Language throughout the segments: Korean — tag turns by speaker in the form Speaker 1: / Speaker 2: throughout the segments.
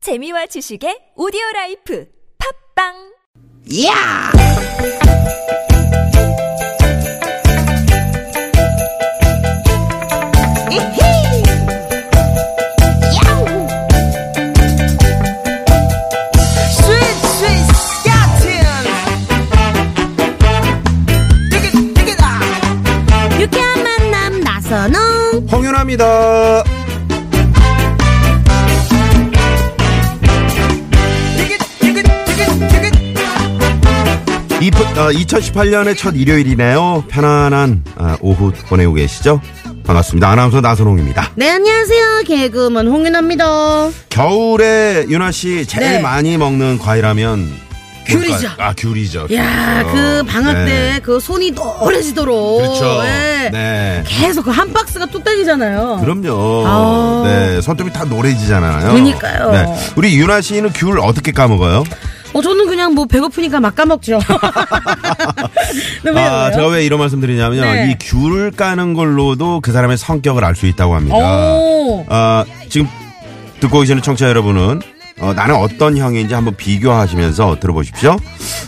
Speaker 1: 재미와 지식의 오디오 라이프 팝빵
Speaker 2: 야! 이히! 야우! 스윗, 스윗, 야틴! 띠깃, 띠깃아!
Speaker 3: 유쾌한 만남 나선홍
Speaker 4: 홍윤아입니다.
Speaker 2: 띠깃, 띠깃, 띠깃, 띠깃!
Speaker 4: 2018년의 어, 첫 일요일이네요. 편안한 아, 오후 보내고 계시죠? 반갑습니다. 아나운서 나선홍입니다.
Speaker 3: 네 안녕하세요 개그우먼 홍윤아입니다
Speaker 4: 겨울에 윤아 씨 제일
Speaker 3: 네.
Speaker 4: 많이 먹는 과일하면
Speaker 3: 귤이죠.
Speaker 4: 뭘까요? 아 귤이죠.
Speaker 3: 야
Speaker 4: 귤이죠.
Speaker 3: 그 방학 때
Speaker 4: 어, 네.
Speaker 3: 그 손이 노래지도록
Speaker 4: 그렇죠.
Speaker 3: 예.
Speaker 4: 네.
Speaker 3: 계속 그 한 박스가 뚝딱이잖아요
Speaker 4: 그럼요.
Speaker 3: 아.
Speaker 4: 네. 손톱이 다 노래지잖아요.
Speaker 3: 그러니까요.
Speaker 4: 네. 우리 윤아 씨는 귤 어떻게 까먹어요?
Speaker 3: 어 저는 그냥 뭐 배고프니까 막 까먹죠 네, 왜요,
Speaker 4: 아,
Speaker 3: 왜요?
Speaker 4: 제가 왜 이런 말씀 드리냐면요.
Speaker 3: 네.
Speaker 4: 이 귤을 까는 걸로도 그 사람의 성격을 알 수 있다고 합니다.
Speaker 3: 오.
Speaker 4: 아, 지금 듣고 계시는 청취자 여러분은 어, 나는 어떤 형인지 한번 비교하시면서 들어보십시오.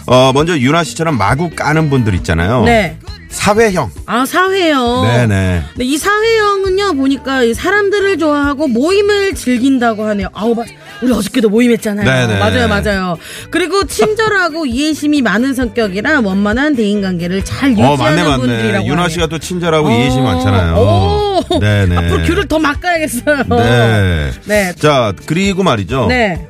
Speaker 4: 어, 먼저 윤아 씨처럼 마구 까는 분들 있잖아요.
Speaker 3: 네.
Speaker 4: 사회형.
Speaker 3: 아 사회형
Speaker 4: 어. 네네.
Speaker 3: 근데 이 사회형은요 보니까 이 사람들을 좋아하고 모임을 즐긴다고 하네요. 아우 맞, 우리 어저께도 모임했잖아요.
Speaker 4: 네네.
Speaker 3: 맞아요, 맞아요. 그리고 친절하고 이해심이 많은 성격이라 원만한 대인 관계를 잘 유지하는
Speaker 4: 어, 맞네, 맞네.
Speaker 3: 분들이라고.
Speaker 4: 윤아
Speaker 3: 하네요.
Speaker 4: 씨가 또 친절하고
Speaker 3: 어,
Speaker 4: 이해심이 많잖아요.
Speaker 3: 오,
Speaker 4: 네네.
Speaker 3: 앞으로 귤을 더 막아야겠어요.
Speaker 4: 네.
Speaker 3: 네.
Speaker 4: 자, 그리고 말이죠.
Speaker 3: 네.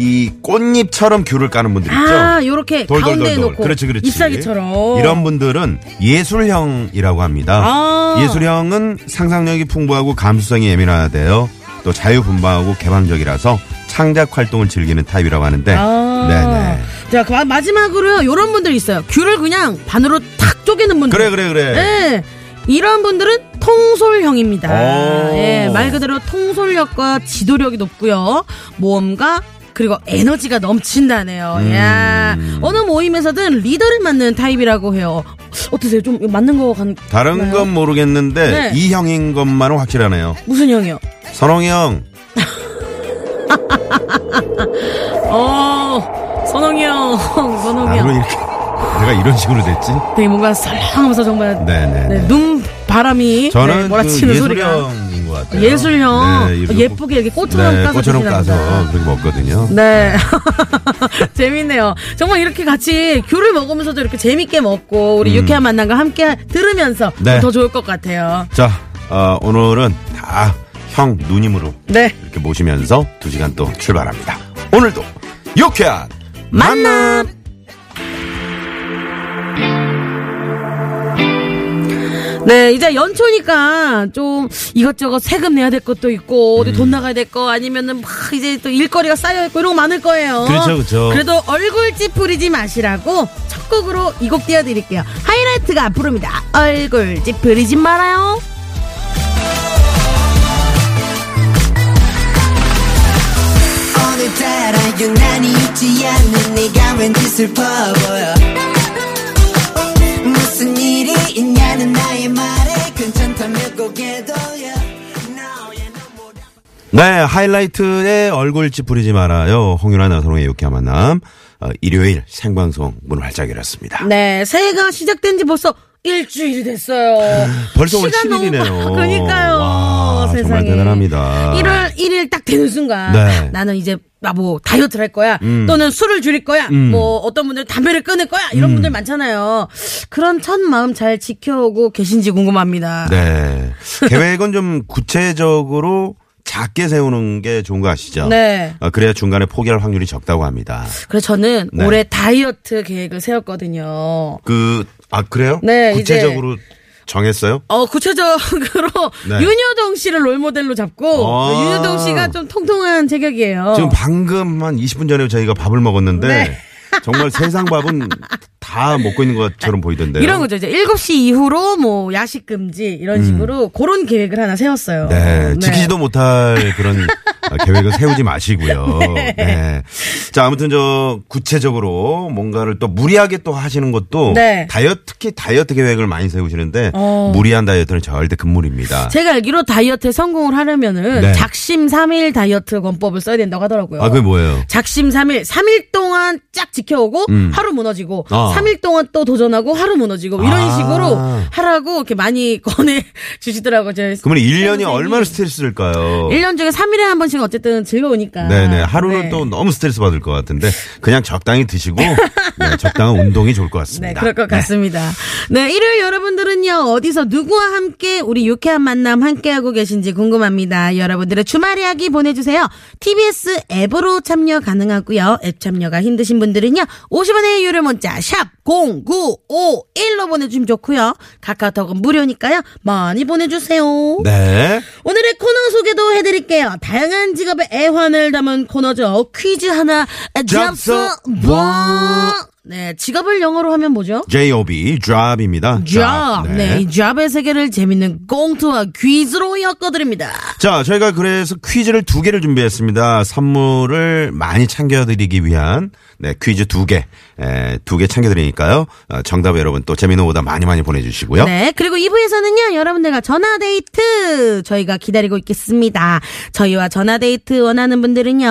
Speaker 4: 이 꽃잎처럼 귤을 까는 분들 있죠.
Speaker 3: 아, 요렇게 가운데에 놓고
Speaker 4: 그렇지, 그렇지.
Speaker 3: 잎사귀처럼
Speaker 4: 이런 분들은 예술형이라고 합니다.
Speaker 3: 아.
Speaker 4: 예술형은 상상력이 풍부하고 감수성이 예민하대요. 또 자유분방하고 개방적이라서 창작 활동을 즐기는 타입이라고 하는데.
Speaker 3: 아.
Speaker 4: 네네.
Speaker 3: 자, 그 마- 마지막으로요. 요런 분들 있어요. 귤을 그냥 반으로 탁 쪼개는 분들.
Speaker 4: 그래, 그래, 그래.
Speaker 3: 예. 이런 분들은 통솔형입니다.
Speaker 4: 네. 오.
Speaker 3: 예, 말 그대로 통솔력과 지도력이 높고요. 모험가 그리고 에너지가 넘친다네요.
Speaker 4: 음.
Speaker 3: 야, 어느 모임에서든 리더를 맡는 타입이라고 해요. 어떠세요? 좀 맞는 거 같...
Speaker 4: 다른
Speaker 3: 그래요?
Speaker 4: 건 모르겠는데
Speaker 3: 네.
Speaker 4: 이 형인 것만은 확실하네요.
Speaker 3: 무슨 형이요?
Speaker 4: 선홍이 형.
Speaker 3: 어, 선홍이 형, 선홍이
Speaker 4: 나로
Speaker 3: 형.
Speaker 4: 이렇게 내가 이런 식으로 됐지?
Speaker 3: 되게 뭔가 설렁하면서 정말
Speaker 4: 네네네.
Speaker 3: 네, 눈 바람이 네,
Speaker 4: 저는 그
Speaker 3: 몰아치는 소리가
Speaker 4: 예술형인 것 같아요.
Speaker 3: 예술형 어,
Speaker 4: 네, 이렇게
Speaker 3: 예쁘게 이렇게 꽃처럼
Speaker 4: 네,
Speaker 3: 까서
Speaker 4: 꽃처럼
Speaker 3: 드시나
Speaker 4: 까서
Speaker 3: 보다.
Speaker 4: 그렇게 먹거든요.
Speaker 3: 네. 재밌네요. 정말 이렇게 같이 귤을 먹으면서도 이렇게 재밌게 먹고 우리 유쾌한 만남과 함께 들으면서
Speaker 4: 네.
Speaker 3: 더 좋을 것 같아요.
Speaker 4: 자, 어, 오늘은 다 형 누님으로
Speaker 3: 네.
Speaker 4: 이렇게 모시면서 두 시간 또 출발합니다. 오늘도 유쾌한
Speaker 3: 만남. 네, 이제 연초니까 좀 이것저것 세금 내야 될 것도 있고, 어디
Speaker 4: 음.
Speaker 3: 돈 나가야 될 거, 아니면은 막 이제 또 일거리가 쌓여있고 이런 거 많을 거예요.
Speaker 4: 그렇죠, 그렇죠.
Speaker 3: 그래도 얼굴 찌푸리지 마시라고 첫 곡으로 이 곡 띄워드릴게요. 하이라이트가 앞으로입니다. 얼굴 찌푸리지 말아요.
Speaker 5: 오늘따라 유난히 웃지 않는 내가 왠지 슬퍼 보여 무슨 일이 있냐는 나의 말에 괜찮다며 고개 돌려 너의 너무나
Speaker 4: 네 하이라이트의 얼굴 찌푸리지 말아요. 홍윤아 나선홍의 유쾌한 만남 어, 일요일 생방송 문을 활짝 열었습니다.
Speaker 3: 네, 새해가 시작된 지 벌써 일주일이 됐어요.
Speaker 4: 벌써 오늘
Speaker 3: 시간 너무
Speaker 4: 10일 이네요.
Speaker 3: 빠- 그러니까요.
Speaker 4: 와, 정말
Speaker 3: 세상에.
Speaker 4: 대단합니다.
Speaker 3: 1월 1일 딱 되는 순간
Speaker 4: 네. 음.
Speaker 3: 나는 이제 나 뭐 다이어트를 할 거야. 또는 술을 줄일 거야. 뭐 어떤 분들 담배를 끊을 거야.
Speaker 4: 음.
Speaker 3: 이런 분들 많잖아요. 그런 첫 마음 잘 지켜오고 계신지 궁금합니다.
Speaker 4: 네 계획은 좀 구체적으로 작게 세우는 게 좋은 거 아시죠?
Speaker 3: 네.
Speaker 4: 어, 그래야 중간에 포기할 확률이 적다고 합니다.
Speaker 3: 그래서 저는
Speaker 4: 네.
Speaker 3: 올해 다이어트 계획을 세웠거든요.
Speaker 4: 그 아 그래요?
Speaker 3: 네, 이제-
Speaker 4: 구체적으로 정했어요?
Speaker 3: 어, 구체적으로
Speaker 4: 네.
Speaker 3: 윤여동 씨를 롤모델로 잡고
Speaker 4: 아.
Speaker 3: 윤여동 씨가 좀 통통한 체격이에요.
Speaker 4: 지금 방금 한 20분 전에 저희가 밥을 먹었는데
Speaker 3: 어. 네.
Speaker 4: 정말 세상 밥은 다 먹고 있는 것처럼 보이던데요.
Speaker 3: 이런 거죠. 이제 7시 이후로 뭐
Speaker 4: 음.
Speaker 3: 야식 금지 이런 식으로 그런 계획을 하나 세웠어요. 네.
Speaker 4: 네, 지키지도 못할 그런 어, 계획을 세우지 마시고요. 네. 자, 아무튼 저 구체적으로 뭔가를 또 무리하게 또 하시는 것도
Speaker 3: 네.
Speaker 4: 다이어트 특히 다이어트 계획을 많이 세우시는데
Speaker 3: 어.
Speaker 4: 무리한 다이어트는 절대 금물입니다.
Speaker 3: 제가 알기로 다이어트에 성공을 하려면은
Speaker 4: 네.
Speaker 3: 작심 3일 다이어트 권법을 써야 된다고 하더라고요.
Speaker 4: 아, 그게 뭐예요?
Speaker 3: 작심 3일, 3일 동안 쫙 지켜오고
Speaker 4: 음.
Speaker 3: 하루 무너지고
Speaker 4: 아.
Speaker 3: 3일 동안 또 도전하고 하루 무너지고 이런
Speaker 4: 아.
Speaker 3: 식으로 하라고 이렇게 많이 권해 주시더라고요. 제
Speaker 4: 그러면 1년이 얼마나 스트레스일까요?
Speaker 3: 1년 중에 3일에 한 번씩 어쨌든 즐거우니까.
Speaker 4: 네네. 하루는
Speaker 3: 네.
Speaker 4: 또 너무 스트레스 받을 것 같은데 그냥 적당히 드시고 네, 적당한 운동이 좋을 것 같습니다.
Speaker 3: 네, 그럴 것 같습니다. 네, 일요일 여러분들은요, 어디서 누구와 함께 우리 유쾌한 만남 함께하고 계신지 궁금합니다. 여러분들의 주말 이야기 보내주세요. TBS 앱으로 참여 가능하고요. 앱 참여가 힘드신 분들은요, 50원의 유료 문자, 샵0951로 보내주시면 좋고요. 카카오톡은 무료니까요, 많이 보내주세요.
Speaker 4: 네.
Speaker 3: 오늘의 코너 소개도 해드릴게요. 다양한 직업의 애환을 담은 코너죠. 퀴즈 하나, 잡스,
Speaker 4: 잡서
Speaker 3: 뭐. 네, 직업을 영어로 하면 뭐죠?
Speaker 4: J.O.B. Job입니다.
Speaker 3: 잡.
Speaker 4: Job.
Speaker 3: 네, 이 잡의 세계를 재밌는 꽁트와 퀴즈로 엮어드립니다.
Speaker 4: 자, 저희가 그래서 퀴즈를 두 개를 준비했습니다. 선물을 많이 챙겨드리기 위한 네, 퀴즈 두 개, 두 개 챙겨드리니까요. 어, 정답 여러분 또 재미있는 오답 많이 많이 보내주시고요.
Speaker 3: 네, 그리고 2부에서는요, 여러분들과 전화데이트 저희가 기다리고 있겠습니다. 저희와 전화데이트 원하는 분들은요,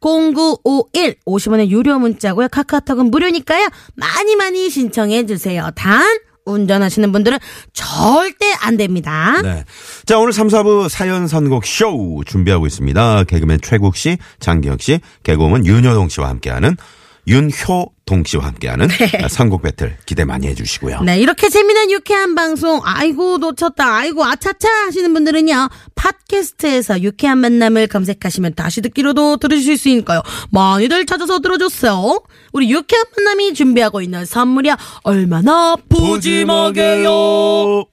Speaker 3: 샵0951, 50원의 유료 문자고요, 카카오톡은 무료니까요, 많이 많이 신청해주세요. 단, 운전하시는 분들은 절대 안 됩니다.
Speaker 4: 네. 자, 오늘 3, 4부 사연 선곡 쇼 준비하고 있습니다. 개그맨 최국 씨, 장기혁 씨, 개그우먼 윤여동 씨와 함께하는 윤효동 씨와 함께하는 선곡 배틀 기대 많이 해주시고요.
Speaker 3: 네, 이렇게 재미난 유쾌한 방송, 아이고, 놓쳤다, 아이고, 아차차 하시는 분들은요, 팟캐스트에서 유쾌한 만남을 검색하시면 다시 듣기로도 들으실 수 있으니까요. 많이들 찾아서 들어줬어요. 우리 유쾌한 만남이 준비하고 있는 선물이 얼마나 푸짐하게요.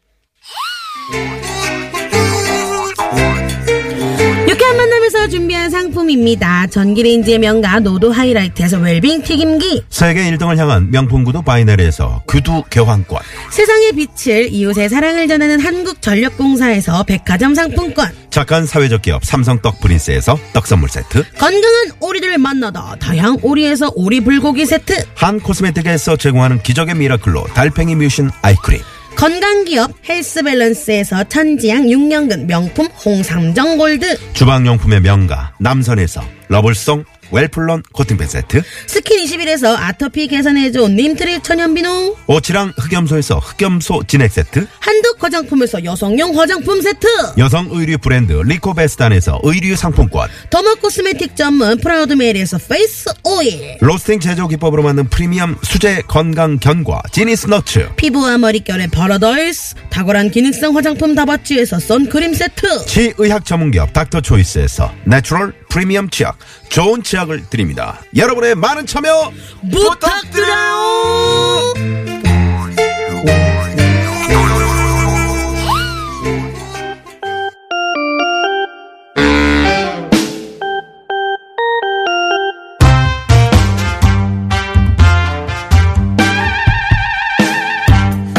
Speaker 3: 유쾌한 만남에서 준비한 상품입니다. 전기레인지의 명가 노도 하이라이트에서 웰빙 튀김기.
Speaker 4: 세계 1등을 향한 명품 구두 바이네리에서 구두 교환권.
Speaker 3: 세상의 빛을 이웃의 사랑을 전하는 한국전력공사에서 백화점 상품권.
Speaker 4: 착한 사회적 기업 삼성 떡 프린스에서 떡 선물 세트.
Speaker 3: 건강한 오리들을 만나다 다양 오리에서 오리 불고기 세트
Speaker 4: 한 코스메틱에서 제공하는 기적의 미라클로 달팽이 뮤신 아이크림.
Speaker 3: 건강기업 헬스밸런스에서 천지양 6년근 명품 홍삼정 골드
Speaker 4: 주방용품의 명가 남선에서 러블송 웰플런 코팅팬 세트.
Speaker 3: 스킨21에서 아토피 개선해준 님트리 천연비누
Speaker 4: 오치랑 흑염소에서 흑염소 진액 세트.
Speaker 3: 한독 화장품에서 여성용 화장품 세트
Speaker 4: 여성 의류 브랜드 리코베스탄에서 의류 상품권.
Speaker 3: 더머 코스메틱 전문 프라우드메리에서 페이스 오일
Speaker 4: 로스팅 제조 기법으로 만든 프리미엄 수제 건강 견과 지니스 너츠.
Speaker 3: 피부와 머릿결의 바라더이스 탁월한 기능성 화장품 다바찌에서 선크림 세트
Speaker 4: 치의학 전문기업 닥터초이스에서 내추럴 프리미엄 치약 좋은 치약을 드립니다. 여러분의 많은 참여
Speaker 3: 부탁드려요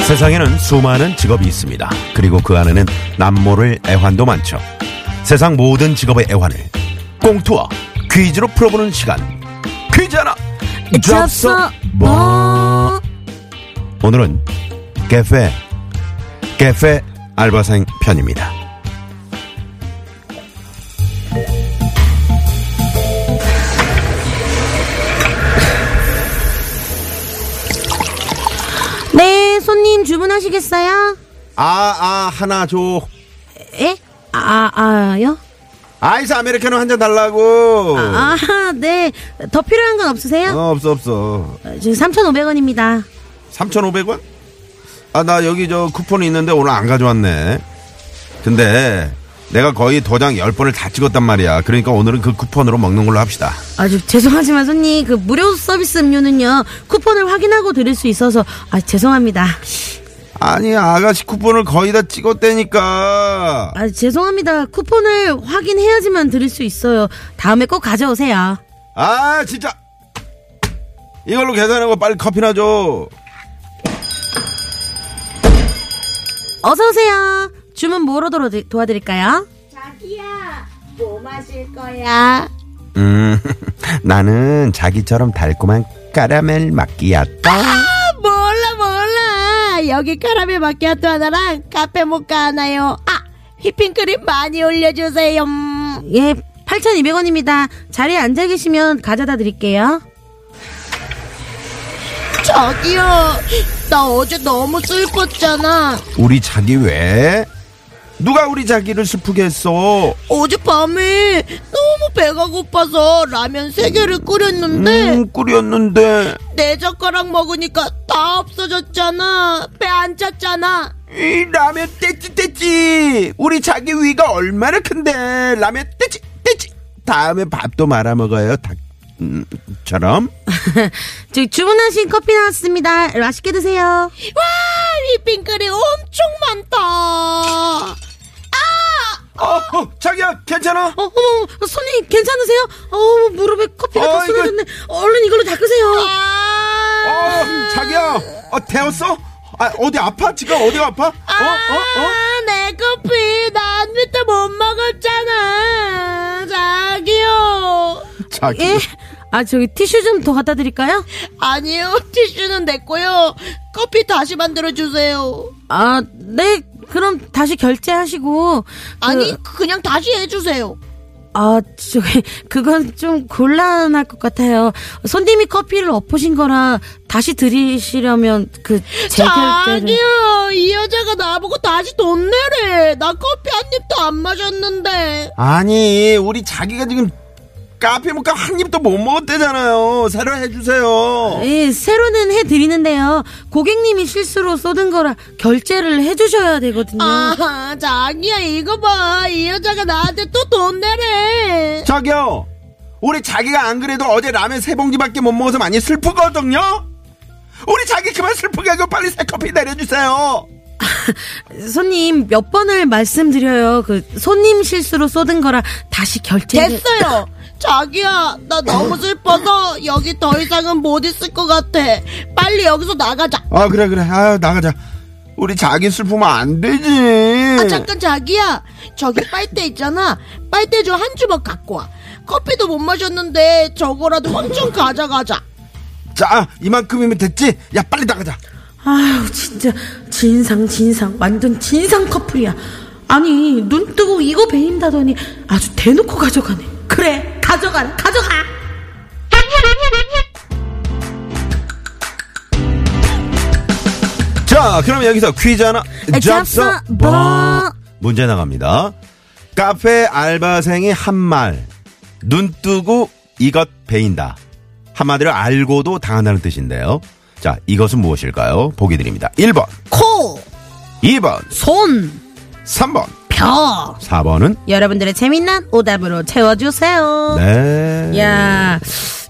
Speaker 4: 세상에는 수많은 직업이 있습니다. 그리고 그 안에는 남모를 애환도 많죠. 세상 모든 직업의 애환을 꽁투와 퀴즈로 풀어보는 시간. 퀴즈 하나 잡서 뭐 오늘은 카페 카페 알바생 편입니다.
Speaker 3: 네, 손님 주문하시겠어요?
Speaker 4: 아 아 하나 줘.
Speaker 3: 예? 아, 아요?
Speaker 4: 아이스 아메리카노 한 잔 달라고.
Speaker 3: 아, 네. 더 필요한 건 없으세요?
Speaker 4: 어, 없어 없어.
Speaker 3: 지금 3,500원입니다.
Speaker 4: 3,500원? 아, 나 여기 저 쿠폰이 있는데 오늘 안 가져왔네. 근데 내가 거의 도장 10번을 다 찍었단 말이야. 그러니까 오늘은 그 쿠폰으로 먹는 걸로 합시다.
Speaker 3: 아, 저, 죄송하지만 손님, 그 무료 서비스 음료는요, 쿠폰을 확인하고 드릴 수 있어서, 아, 죄송합니다.
Speaker 4: 아니, 아가씨 쿠폰을 거의 다 찍었다니까.
Speaker 3: 아, 죄송합니다. 쿠폰을 확인해야지만 드릴 수 있어요. 다음에 꼭 가져오세요.
Speaker 4: 아, 진짜. 이걸로 계산하고 빨리 커피나 줘.
Speaker 3: 어서오세요. 주문 뭐로 도와드- 도와드릴까요?
Speaker 6: 자기야 뭐 마실 거야?
Speaker 4: 음, 나는 자기처럼 달콤한 까라멜 마끼아또.
Speaker 6: 몰라 몰라 여기 카라멜 마키아토 하나랑 카페 모카 하나요 아 휘핑크림 많이 올려주세요 음.
Speaker 3: 예, 8,200원입니다. 자리에 앉아 계시면 가져다 드릴게요.
Speaker 6: 저기요 나 어제 너무 슬펐잖아
Speaker 4: 우리 자기 왜? 누가 우리 자기를 슬프게 했어?
Speaker 6: 어젯밤에 너무 배가 고파서 라면 세개를 끓였는데
Speaker 4: 음, 꿀이었는데.
Speaker 6: 내 젓가락 먹으니까 다 없어졌잖아 배 안 찼잖아
Speaker 4: 이 라면 떼찌 떼찌 우리 자기 위가 얼마나 큰데 라면 떼찌 떼찌 다음에 밥도 말아 먹어요 음, 닭처럼
Speaker 3: 저 주문하신 커피 나왔습니다. 맛있게 드세요.
Speaker 6: 와 아, 휘핑크림 엄청 많다
Speaker 4: 어, 어 자기야 괜찮아
Speaker 3: 어, 어머, 어머, 손님 괜찮으세요? 어, 무릎에 커피가 다
Speaker 4: 어이구.
Speaker 3: 쏟아졌네. 얼른 이걸로 닦으세요.
Speaker 6: 아,
Speaker 4: 어 자기야 어 데웠어 아 어디 아파 지금 어디가 아파 어어어
Speaker 6: 아, 내 커피 난 밑에 못 먹었잖아 자기요
Speaker 4: 자기
Speaker 3: 예? 아, 저기 티슈 좀 더 갖다 드릴까요?
Speaker 6: 아니요 티슈는 됐고요 커피 다시 만들어 주세요
Speaker 3: 아, 네. 그럼 다시 결제하시고 그,
Speaker 6: 아니 그냥 다시 해주세요
Speaker 3: 아, 저기 그건 좀 곤란할 것 같아요. 손님이 커피를 엎으신 거라 다시 드리시려면 그 재결제를
Speaker 6: 자기요 이 여자가 나보고 다시 돈 내래 나 커피 한 입도 안 마셨는데
Speaker 4: 아니 우리 자기가 지금 카페 모카 한 입도 못 먹었대잖아요 새로 해주세요
Speaker 3: 예, 새로는 해 드리는데요. 고객님이 실수로 쏟은 거라 결제를 해 주셔야 되거든요.
Speaker 6: 아 자기야 이거 봐 이 여자가 나한테 또 돈 내래
Speaker 4: 저기요. 우리 자기가 안 그래도 어제 라면 세 봉지밖에 못 먹어서 많이 슬프거든요. 우리 자기 그만 슬프게 하고 빨리 새 커피 내려주세요.
Speaker 3: 손님 몇 번을 말씀드려요. 그 손님 실수로 쏟은 거라 다시 결제를
Speaker 6: 됐어요. 자기야, 나 너무 슬퍼서 여기 더 이상은 못 있을 것 같아. 빨리 여기서 나가자.
Speaker 4: 아 그래 그래. 아 나가자. 우리 자기 슬프면 안 되지.
Speaker 6: 아, 잠깐 자기야. 저기 빨대 있잖아. 빨대 좀 한 주먹 갖고 와. 커피도 못 마셨는데 저거라도 엄청 가져가자.
Speaker 4: 자 이만큼이면 됐지. 야 빨리 나가자.
Speaker 3: 아유 진짜 진상 진상 완전 진상 커플이야. 아니 눈 뜨고 이거 베인다더니 아주 대놓고 가져가네. 그래 가져가라 가져가.
Speaker 4: 자 그럼 여기서 퀴즈 하나.
Speaker 3: 잡서 뭐.
Speaker 4: 문제 나갑니다. 카페 알바생이 한 말 눈 뜨고 이것 베인다. 한마디로 알고도 당한다는 뜻인데요. 자, 이것은 무엇일까요? 보기 드립니다. 1번,
Speaker 3: 코
Speaker 4: 2번,
Speaker 3: 손.
Speaker 4: 3번,
Speaker 3: 벼
Speaker 4: 4번은
Speaker 3: 여러분들의 재미난 오답으로 채워주세요.
Speaker 4: 네.
Speaker 3: 예. 야,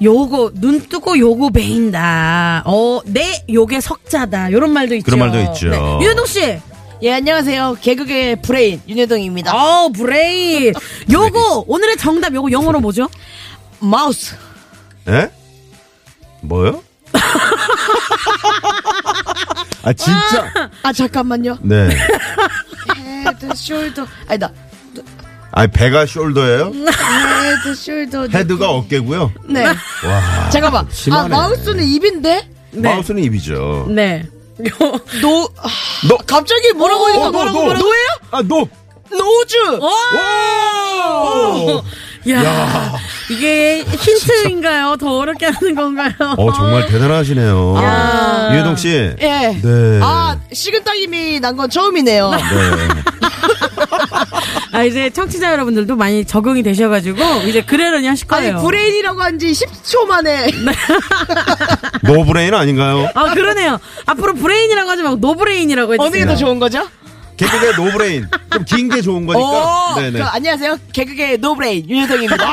Speaker 3: 요거 눈 뜨고 요거 베인다. 어, 내 요게 석자다. 요런 말도 있죠.
Speaker 4: 그런 말도 있죠.
Speaker 3: 네. 유현동 씨.
Speaker 6: 예, 안녕하세요. 개그계 브레인 윤여동입니다.
Speaker 3: 어, 브레인. 요거 오늘의 정답 요거 영어로 뭐죠?
Speaker 6: 마우스.
Speaker 4: 예? 뭐요? 아 진짜.
Speaker 6: 아, 잠깐만요.
Speaker 4: 네.
Speaker 6: 헤드 숄더. 아니다.
Speaker 4: 아 배가 숄더예요?
Speaker 6: 헤드 숄더.
Speaker 4: 헤드가 어깨고요.
Speaker 6: 네.
Speaker 4: 와.
Speaker 6: 잠깐만. 아,
Speaker 4: 심하네.
Speaker 6: 마우스는 입인데?
Speaker 4: 마우스는 입이죠.
Speaker 3: 네.
Speaker 6: 노.
Speaker 4: 너
Speaker 6: 갑자기 뭐라고
Speaker 4: 어,
Speaker 6: 하니까
Speaker 4: 노,
Speaker 6: 뭐라고
Speaker 4: 노.
Speaker 6: 어? 뭐라고 노예요?
Speaker 4: 아, 노.
Speaker 6: 노즈.
Speaker 4: 오!
Speaker 6: 아.
Speaker 3: 야, 이게 힌트인가요? 더 어렵게 하는 건가요?
Speaker 4: 어, 정말 대단하시네요. 유해동 씨.
Speaker 6: 아. 예.
Speaker 4: 네.
Speaker 6: 아 식은땀이 난 건 처음이네요.
Speaker 4: 네.
Speaker 3: 아, 이제 청취자 여러분들도 많이 적응이 되셔가지고 이제 그러려니 하실
Speaker 6: 아니
Speaker 3: 거예요. 네,
Speaker 6: 브레인이라고 한 지 10초 만에
Speaker 4: 노브레인 아닌가요?
Speaker 3: 아, 그러네요. 앞으로 브레인이라고 하지 말고 노브레인이라고 해주세요.
Speaker 6: 어느 게 더 좋은 거죠?
Speaker 4: 개그의 노브레인. 좀 긴 게 좋은 거니까.
Speaker 6: 오,
Speaker 4: 어. 네네.
Speaker 6: 어,
Speaker 4: 아,
Speaker 6: 그럼 아, 안녕하세요. 개그계 노브레인 윤여동입니다.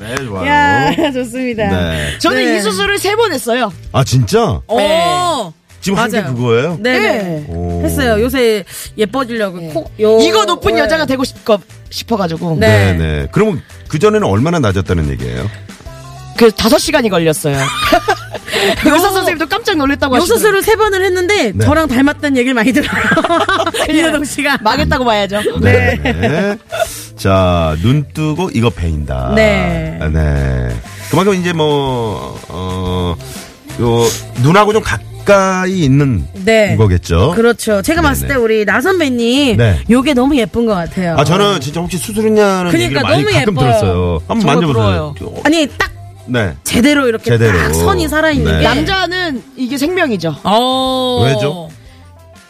Speaker 4: 네, 좋아요.
Speaker 3: 야, 좋습니다.
Speaker 4: 네.
Speaker 6: 저는
Speaker 3: 네.
Speaker 6: 이 수술을 세 번 했어요.
Speaker 4: 아, 진짜?
Speaker 3: 오!
Speaker 6: 어.
Speaker 4: 지금 한 게
Speaker 3: 맞아요.
Speaker 4: 그거예요?
Speaker 3: 네. 네.
Speaker 4: 오.
Speaker 3: 했어요. 요새 예뻐지려고. 코, 요-
Speaker 6: 네. 이거 높은
Speaker 3: 네.
Speaker 6: 여자가 되고 싶거 싶어가지고
Speaker 4: 네.
Speaker 3: 네.
Speaker 4: 네. 그러면 그전에는 얼마나 낮았다는 얘기예요?
Speaker 6: 그 다섯 시간이 걸렸어요. 의사 선생님도 깜짝 놀랐다고
Speaker 3: 어. 요
Speaker 6: 하시더라고요.
Speaker 3: 수술을 세 번을 했는데
Speaker 4: 네.
Speaker 3: 저랑 닮았다는 얘기를 많이 들어요. 이효동 씨가. 네.
Speaker 6: 망했다고 봐야죠.
Speaker 4: 네. 자, 눈 뜨고 이거 배인다.
Speaker 3: 네.
Speaker 4: 아, 네. 그만큼 이제 뭐, 어, 요, 눈하고 좀 가까이 있는
Speaker 3: 네.
Speaker 4: 거겠죠.
Speaker 3: 그렇죠. 제가 봤을
Speaker 4: 어? 네네.
Speaker 3: 때 우리 나 선배님
Speaker 4: 네.
Speaker 3: 요게 너무 예쁜 것 같아요.
Speaker 4: 아, 저는 진짜 혹시 수술했냐는
Speaker 3: 그러니까
Speaker 4: 얘기를 많이
Speaker 3: 너무
Speaker 4: 가끔
Speaker 3: 예뻐요.
Speaker 4: 들었어요. 한번 만져보세요.
Speaker 3: 아니 딱
Speaker 4: 네.
Speaker 3: 제대로 이렇게
Speaker 4: 제대로.
Speaker 3: 딱 선이 살아있는
Speaker 4: 네.
Speaker 3: 게
Speaker 6: 남자는 이게 생명이죠.
Speaker 3: 어.
Speaker 4: 왜죠?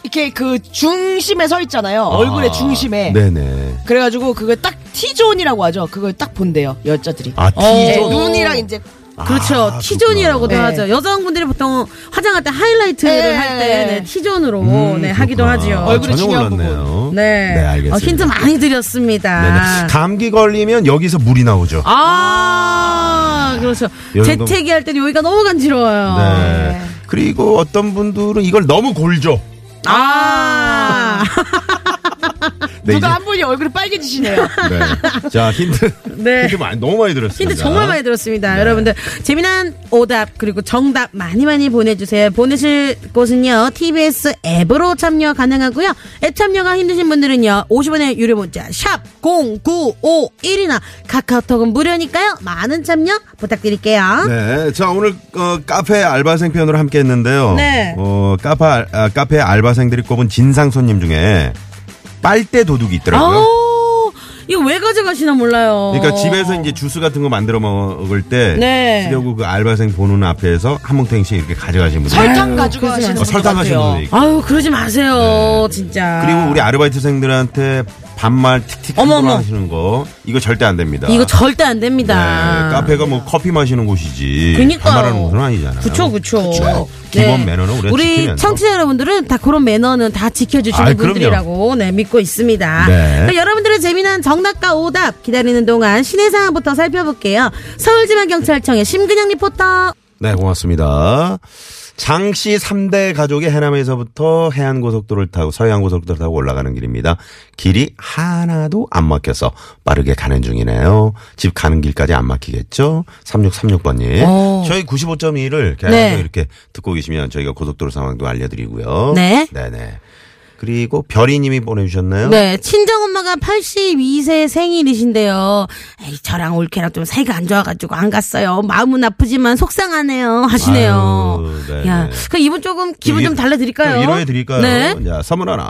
Speaker 6: 이렇게 그 중심에 서 있잖아요.
Speaker 3: 어.
Speaker 6: 얼굴의 중심에.
Speaker 4: 아, 네네.
Speaker 6: 그래가지고 그걸 딱 T존이라고 하죠. 그걸 딱 본대요. 여자들이.
Speaker 4: 아,
Speaker 6: 이제
Speaker 4: T존.
Speaker 6: 눈이랑 이제
Speaker 3: 어. 네. 그렇죠.
Speaker 4: 아,
Speaker 3: T존이라고도
Speaker 6: 그렇구나.
Speaker 3: 하죠. 여자분들이 보통 화장할 때 하이라이트를
Speaker 6: 네.
Speaker 3: 할 때 네, T존으로
Speaker 4: 음,
Speaker 3: 네, 하기도
Speaker 4: 그렇구나.
Speaker 3: 하죠.
Speaker 4: 아, 전혀
Speaker 6: 중요한
Speaker 4: 몰랐네요.
Speaker 3: 네.
Speaker 4: 네, 알겠습니다.
Speaker 3: 어, 힌트 많이 드렸습니다.
Speaker 4: 네네. 감기 걸리면 여기서 물이 나오죠.
Speaker 3: 아, 그렇죠.
Speaker 4: 요 정도-
Speaker 3: 재채기 할 때는 여기가 너무 간지러워요.
Speaker 4: 네. 그리고 어떤 분들은 이걸 너무 골죠.
Speaker 3: 아,
Speaker 4: 네,
Speaker 6: 누가
Speaker 4: 이제-
Speaker 6: 한 분이 얼굴이 빨개지시네요.
Speaker 4: 네. 자, 힌트.
Speaker 3: 네.
Speaker 4: 힌트 많이, 너무 많이 들었습니다.
Speaker 3: 힌트 정말 많이
Speaker 4: 네.
Speaker 3: 들었습니다. 여러분들 재미난 오답 그리고 정답 많이 많이 보내주세요. 보내실 곳은요 TBS 앱으로 참여 가능하고요. 앱 참여가 힘드신 분들은요 50원의 유료 문자 샵 #0951이나 카카오톡은 무료니까요. 많은 참여 부탁드릴게요.
Speaker 4: 네. 자, 오늘, 어, 카페 알바생 편으로 함께 했는데요.
Speaker 3: 네.
Speaker 4: 어, 카페, 알- 아, 카페 알바생들이 꼽은 진상 손님 중에 빨대 도둑이 있더라고요.
Speaker 3: 아우 이거 왜 가져가시나 몰라요.
Speaker 4: 네. 그러니까 집에서 이제 주스 같은 거 만들어 먹을 때.
Speaker 3: 네.
Speaker 4: 쓰려고 그 알바생 보는 앞에서 한 뭉탱씩 이렇게 가져가신 분들.
Speaker 6: 설탕 가지고 하시는
Speaker 4: 어,
Speaker 6: 분들
Speaker 4: 설탕 하시는
Speaker 6: 같아요.
Speaker 4: 분들. 있고.
Speaker 3: 아유 그러지 마세요 진짜.
Speaker 4: 네. 그리고 우리 아르바이트생들한테 반말 틱틱
Speaker 3: 어머,
Speaker 4: 함부로
Speaker 3: 어머.
Speaker 4: 하시는 거 이거 절대 안 됩니다.
Speaker 3: 이거 절대 안 됩니다.
Speaker 4: 네, 카페가 뭐 커피 마시는 곳이지.
Speaker 3: 아. 그니까요.
Speaker 4: 예, 반말하는 곳은 아니잖아요.
Speaker 3: 그쵸, 그쵸. 네.
Speaker 4: 그쵸. 기본 매너는 우리가 지키면서.
Speaker 3: 청취자 여러분들은 다 그런 매너는 다 지켜주시는
Speaker 4: 아이, 그럼요.
Speaker 3: 분들이라고 네, 믿고 있습니다.
Speaker 4: 네.
Speaker 3: 그러니까 여러분들의 재미난 정답과 오답 기다리는 동안 시내 상황부터 살펴볼게요. 서울지방경찰청의 심근영 리포터.
Speaker 4: 네, 고맙습니다. 장씨 3대 가족이 해남에서부터 해안고속도로를 타고 서해안고속도로를 타고 올라가는 길입니다. 길이 하나도 안 막혀서 빠르게 가는 중이네요. 집 가는 길까지 안 막히겠죠? 3636번님.
Speaker 3: 오.
Speaker 4: 저희 95.1을 계속
Speaker 3: 어. 네.
Speaker 4: 이렇게 듣고 계시면 저희가 고속도로 상황도 알려드리고요.
Speaker 3: 네.
Speaker 4: 네네. 그리고 별이님이 보내주셨나요?
Speaker 3: 네, 친정엄마가 82세 생일이신데요. 에이, 저랑 올케랑 좀 사이가 안 좋아가지고 안 갔어요. 마음은 아프지만 속상하네요. 하시네요.
Speaker 4: 아유, 네. 예,
Speaker 3: 야, 그 이분 조금 기분 좀
Speaker 4: 위-
Speaker 3: 달래드릴까요?
Speaker 4: 위로해드릴까요?
Speaker 3: 네.
Speaker 4: 자, 선물 하나.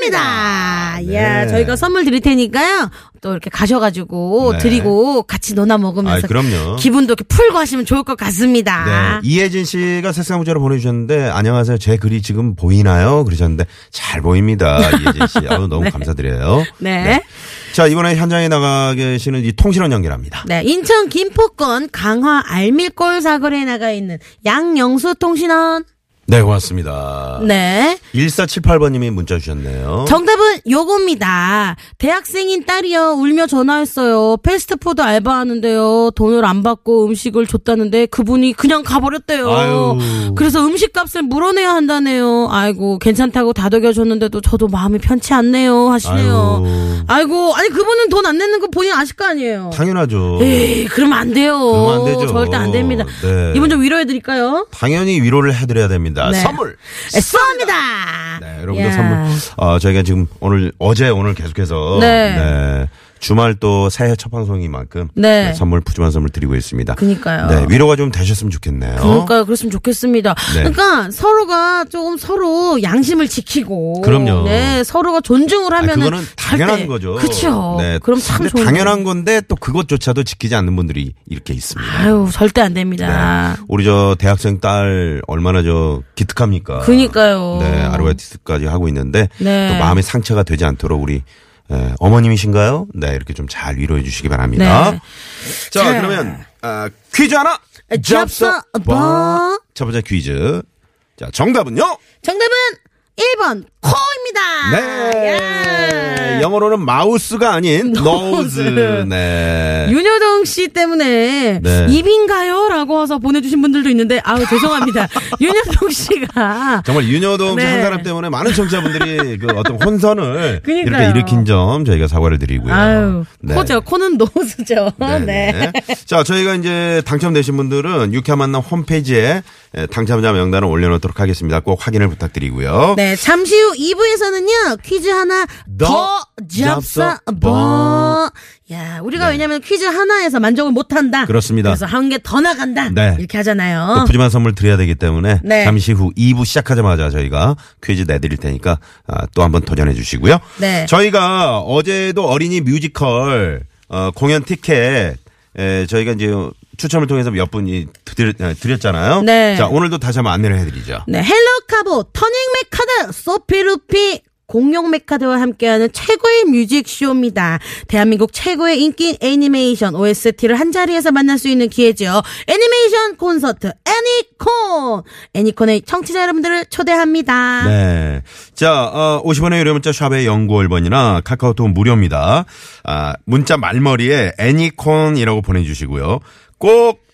Speaker 3: 쏩니다.
Speaker 4: 네.
Speaker 3: 야, 예, 저희가 선물 드릴 테니까요. 또 이렇게 가셔가지고
Speaker 4: 네.
Speaker 3: 드리고 같이 논아 먹으면서
Speaker 4: 아이, 그럼요.
Speaker 3: 기분도 이렇게 풀고 하시면 좋을 것 같습니다.
Speaker 4: 네. 이혜진 씨가 새싹 문자로 보내주셨는데, 안녕하세요. 제 글이 지금 보이나요? 그러셨는데, 잘 보입니다. 이혜진 씨. 아유, 너무 감사드려요.
Speaker 3: 네.
Speaker 4: 자, 이번에 현장에 나가 계시는 이 통신원 연결합니다.
Speaker 3: 네, 인천 김포권 강화 알밀골 사거리에 나가 있는 양영수 통신원.
Speaker 4: 네, 고맙습니다.
Speaker 3: 네.
Speaker 4: 1478번님이 문자 주셨네요.
Speaker 3: 정답은 요겁니다. 대학생인 딸이요. 울며 전화했어요. 패스트푸드 알바하는데요. 돈을 안 받고 음식을 줬다는데 그분이 그냥 가버렸대요.
Speaker 4: 아유.
Speaker 3: 그래서 음식값을 물어내야 한다네요. 아이고 괜찮다고 다독여줬는데도 저도 마음이 편치 않네요. 하시네요.
Speaker 4: 아유.
Speaker 3: 아이고 아니 그분은 돈 안 내는 거 본인 아실 거 아니에요.
Speaker 4: 당연하죠.
Speaker 3: 에이 그러면 안 돼요.
Speaker 4: 그러면 안 되죠.
Speaker 3: 절대 안 됩니다.
Speaker 4: 네.
Speaker 3: 이분 좀 위로해드릴까요?
Speaker 4: 당연히 위로를 해드려야 됩니다.
Speaker 3: 네.
Speaker 4: 선물!
Speaker 3: 쏩니다.
Speaker 4: 네, 여러분들 선물. 어, 저희가 지금 오늘, 어제, 오늘 계속해서.
Speaker 3: 네.
Speaker 4: 네, 주말 또 새해 첫 방송이만큼.
Speaker 3: 네.
Speaker 4: 선물, 푸짐한 선물 드리고 있습니다.
Speaker 3: 그니까요.
Speaker 4: 네, 위로가 좀 되셨으면 좋겠네요.
Speaker 3: 그러니까 그랬으면 좋겠습니다.
Speaker 4: 어? 네.
Speaker 3: 그러니까 서로가 조금 서로 양심을 지키고,
Speaker 4: 그럼요.
Speaker 3: 네 서로가 존중을
Speaker 4: 아니,
Speaker 3: 하면은
Speaker 4: 그거는 당연한 거죠.
Speaker 3: 그렇죠.
Speaker 4: 네.
Speaker 3: 그럼 참
Speaker 4: 근데
Speaker 3: 좋은
Speaker 4: 당연한
Speaker 3: 거예요.
Speaker 4: 건데 또 그것조차도 지키지 않는 분들이 이렇게 있습니다.
Speaker 3: 아유 절대 안
Speaker 4: 네.
Speaker 3: 됩니다.
Speaker 4: 우리 저 대학생 딸 얼마나 저 기특합니까?
Speaker 3: 그니까요.
Speaker 4: 네, 아르바이트까지 하고 있는데
Speaker 3: 네.
Speaker 4: 또 마음의 상처가 되지 않도록 우리 에, 어머님이신가요? 네, 이렇게 좀 잘 위로해 주시기 바랍니다.
Speaker 3: 네.
Speaker 4: 자,
Speaker 3: 자.
Speaker 4: 그러면 아, 퀴즈 하나.
Speaker 3: 잡서 봐.
Speaker 4: 첫 번째 퀴즈. 자, 정답은요?
Speaker 3: 정답은 1번 코입니다.
Speaker 4: 네. 영어로는 마우스가 아닌
Speaker 3: 예. 노즈.
Speaker 4: 노즈. 네.
Speaker 3: 윤여정 씨 때문에
Speaker 4: 네.
Speaker 3: 입인가요라고 와서 보내주신 분들도 있는데 아우 죄송합니다. 윤여정 씨가
Speaker 4: 정말 윤여동
Speaker 3: 네.
Speaker 4: 한 사람 때문에 많은 청취자분들이 그 어떤 혼선을
Speaker 3: 그러니까요.
Speaker 4: 이렇게 일으킨 점 저희가 사과를 드리고요.
Speaker 3: 아유 코죠 코는 노수죠. 네.
Speaker 4: 네. 자, 저희가 이제 당첨되신 분들은 유쾌한 만남 홈페이지에 예, 당첨자 명단을 올려놓도록 하겠습니다. 꼭 확인을 부탁드리고요.
Speaker 3: 네, 잠시 후 2부에서는요, 퀴즈 하나 더 잡사 뭐. 야, 우리가 왜냐면 퀴즈 하나에서 만족을 못한다.
Speaker 4: 네. 그렇습니다.
Speaker 3: 그래서 한 개 더 나간다.
Speaker 4: 네.
Speaker 3: 이렇게
Speaker 4: 또
Speaker 3: 하잖아요.
Speaker 4: 푸짐한 선물 드려야 되기 때문에
Speaker 3: 네.
Speaker 4: 잠시 후 2부 시작하자마자 저희가 퀴즈 내드릴 테니까 아, 또 한번 도전해 주시고요.
Speaker 3: 네.
Speaker 4: 저희가 어제도 어린이 뮤지컬 어, 공연 티켓 에, 저희가 이제 추첨을 통해서 몇 분이 드렸, 에, 드렸잖아요.
Speaker 3: 네.
Speaker 4: 자 오늘도 다시 한번 안내를 해드리죠.
Speaker 3: 네, 헬로카보, 터닝 메카드, 소피루피, 공룡 메카드와 함께하는 최고의 뮤직쇼입니다. 대한민국 최고의 인기 애니메이션 OST를 한자리에서 만날 수 있는 기회죠. 애니메이션 콘서트 애니콘! 애니콘의 청취자 여러분들을 초대합니다.
Speaker 4: 네. 자, 어, 50원의 유료 문자 샵의 연구 1번이나 카카오톡 무료입니다. 아, 문자 말머리에 애니콘이라고 보내주시고요. 꼭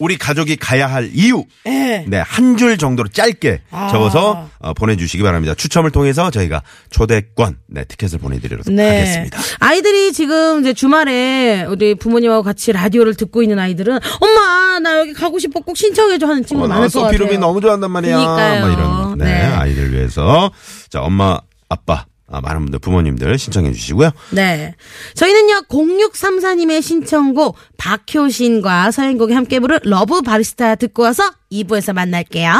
Speaker 4: 우리 가족이 가야 할 이유.
Speaker 3: 예.
Speaker 4: 네. 한 줄 정도로 짧게
Speaker 3: 아.
Speaker 4: 적어서 어, 보내주시기 바랍니다. 추첨을 통해서 저희가 초대권, 네, 티켓을 보내드리도록 하겠습니다.
Speaker 3: 아이들이 지금 이제 주말에 우리 부모님하고 같이 라디오를 듣고 있는 아이들은 엄마 나 여기 가고 싶어 꼭 신청해줘 하는 친구
Speaker 4: 어,
Speaker 3: 음, 많을 것 같아요.
Speaker 4: 소피룸이 너무 좋아한단 말이야.
Speaker 3: 그러니까요.
Speaker 4: 막 이런. 네,
Speaker 3: 네.
Speaker 4: 아이들 위해서. 자, 엄마, 아빠. 아, 많은 분들, 부모님들 신청해 주시고요.
Speaker 3: 네. 저희는요, 0634님의 신청곡, 박효신과 서인곡이 함께 부를 러브 바리스타 듣고 와서 2부에서 만날게요.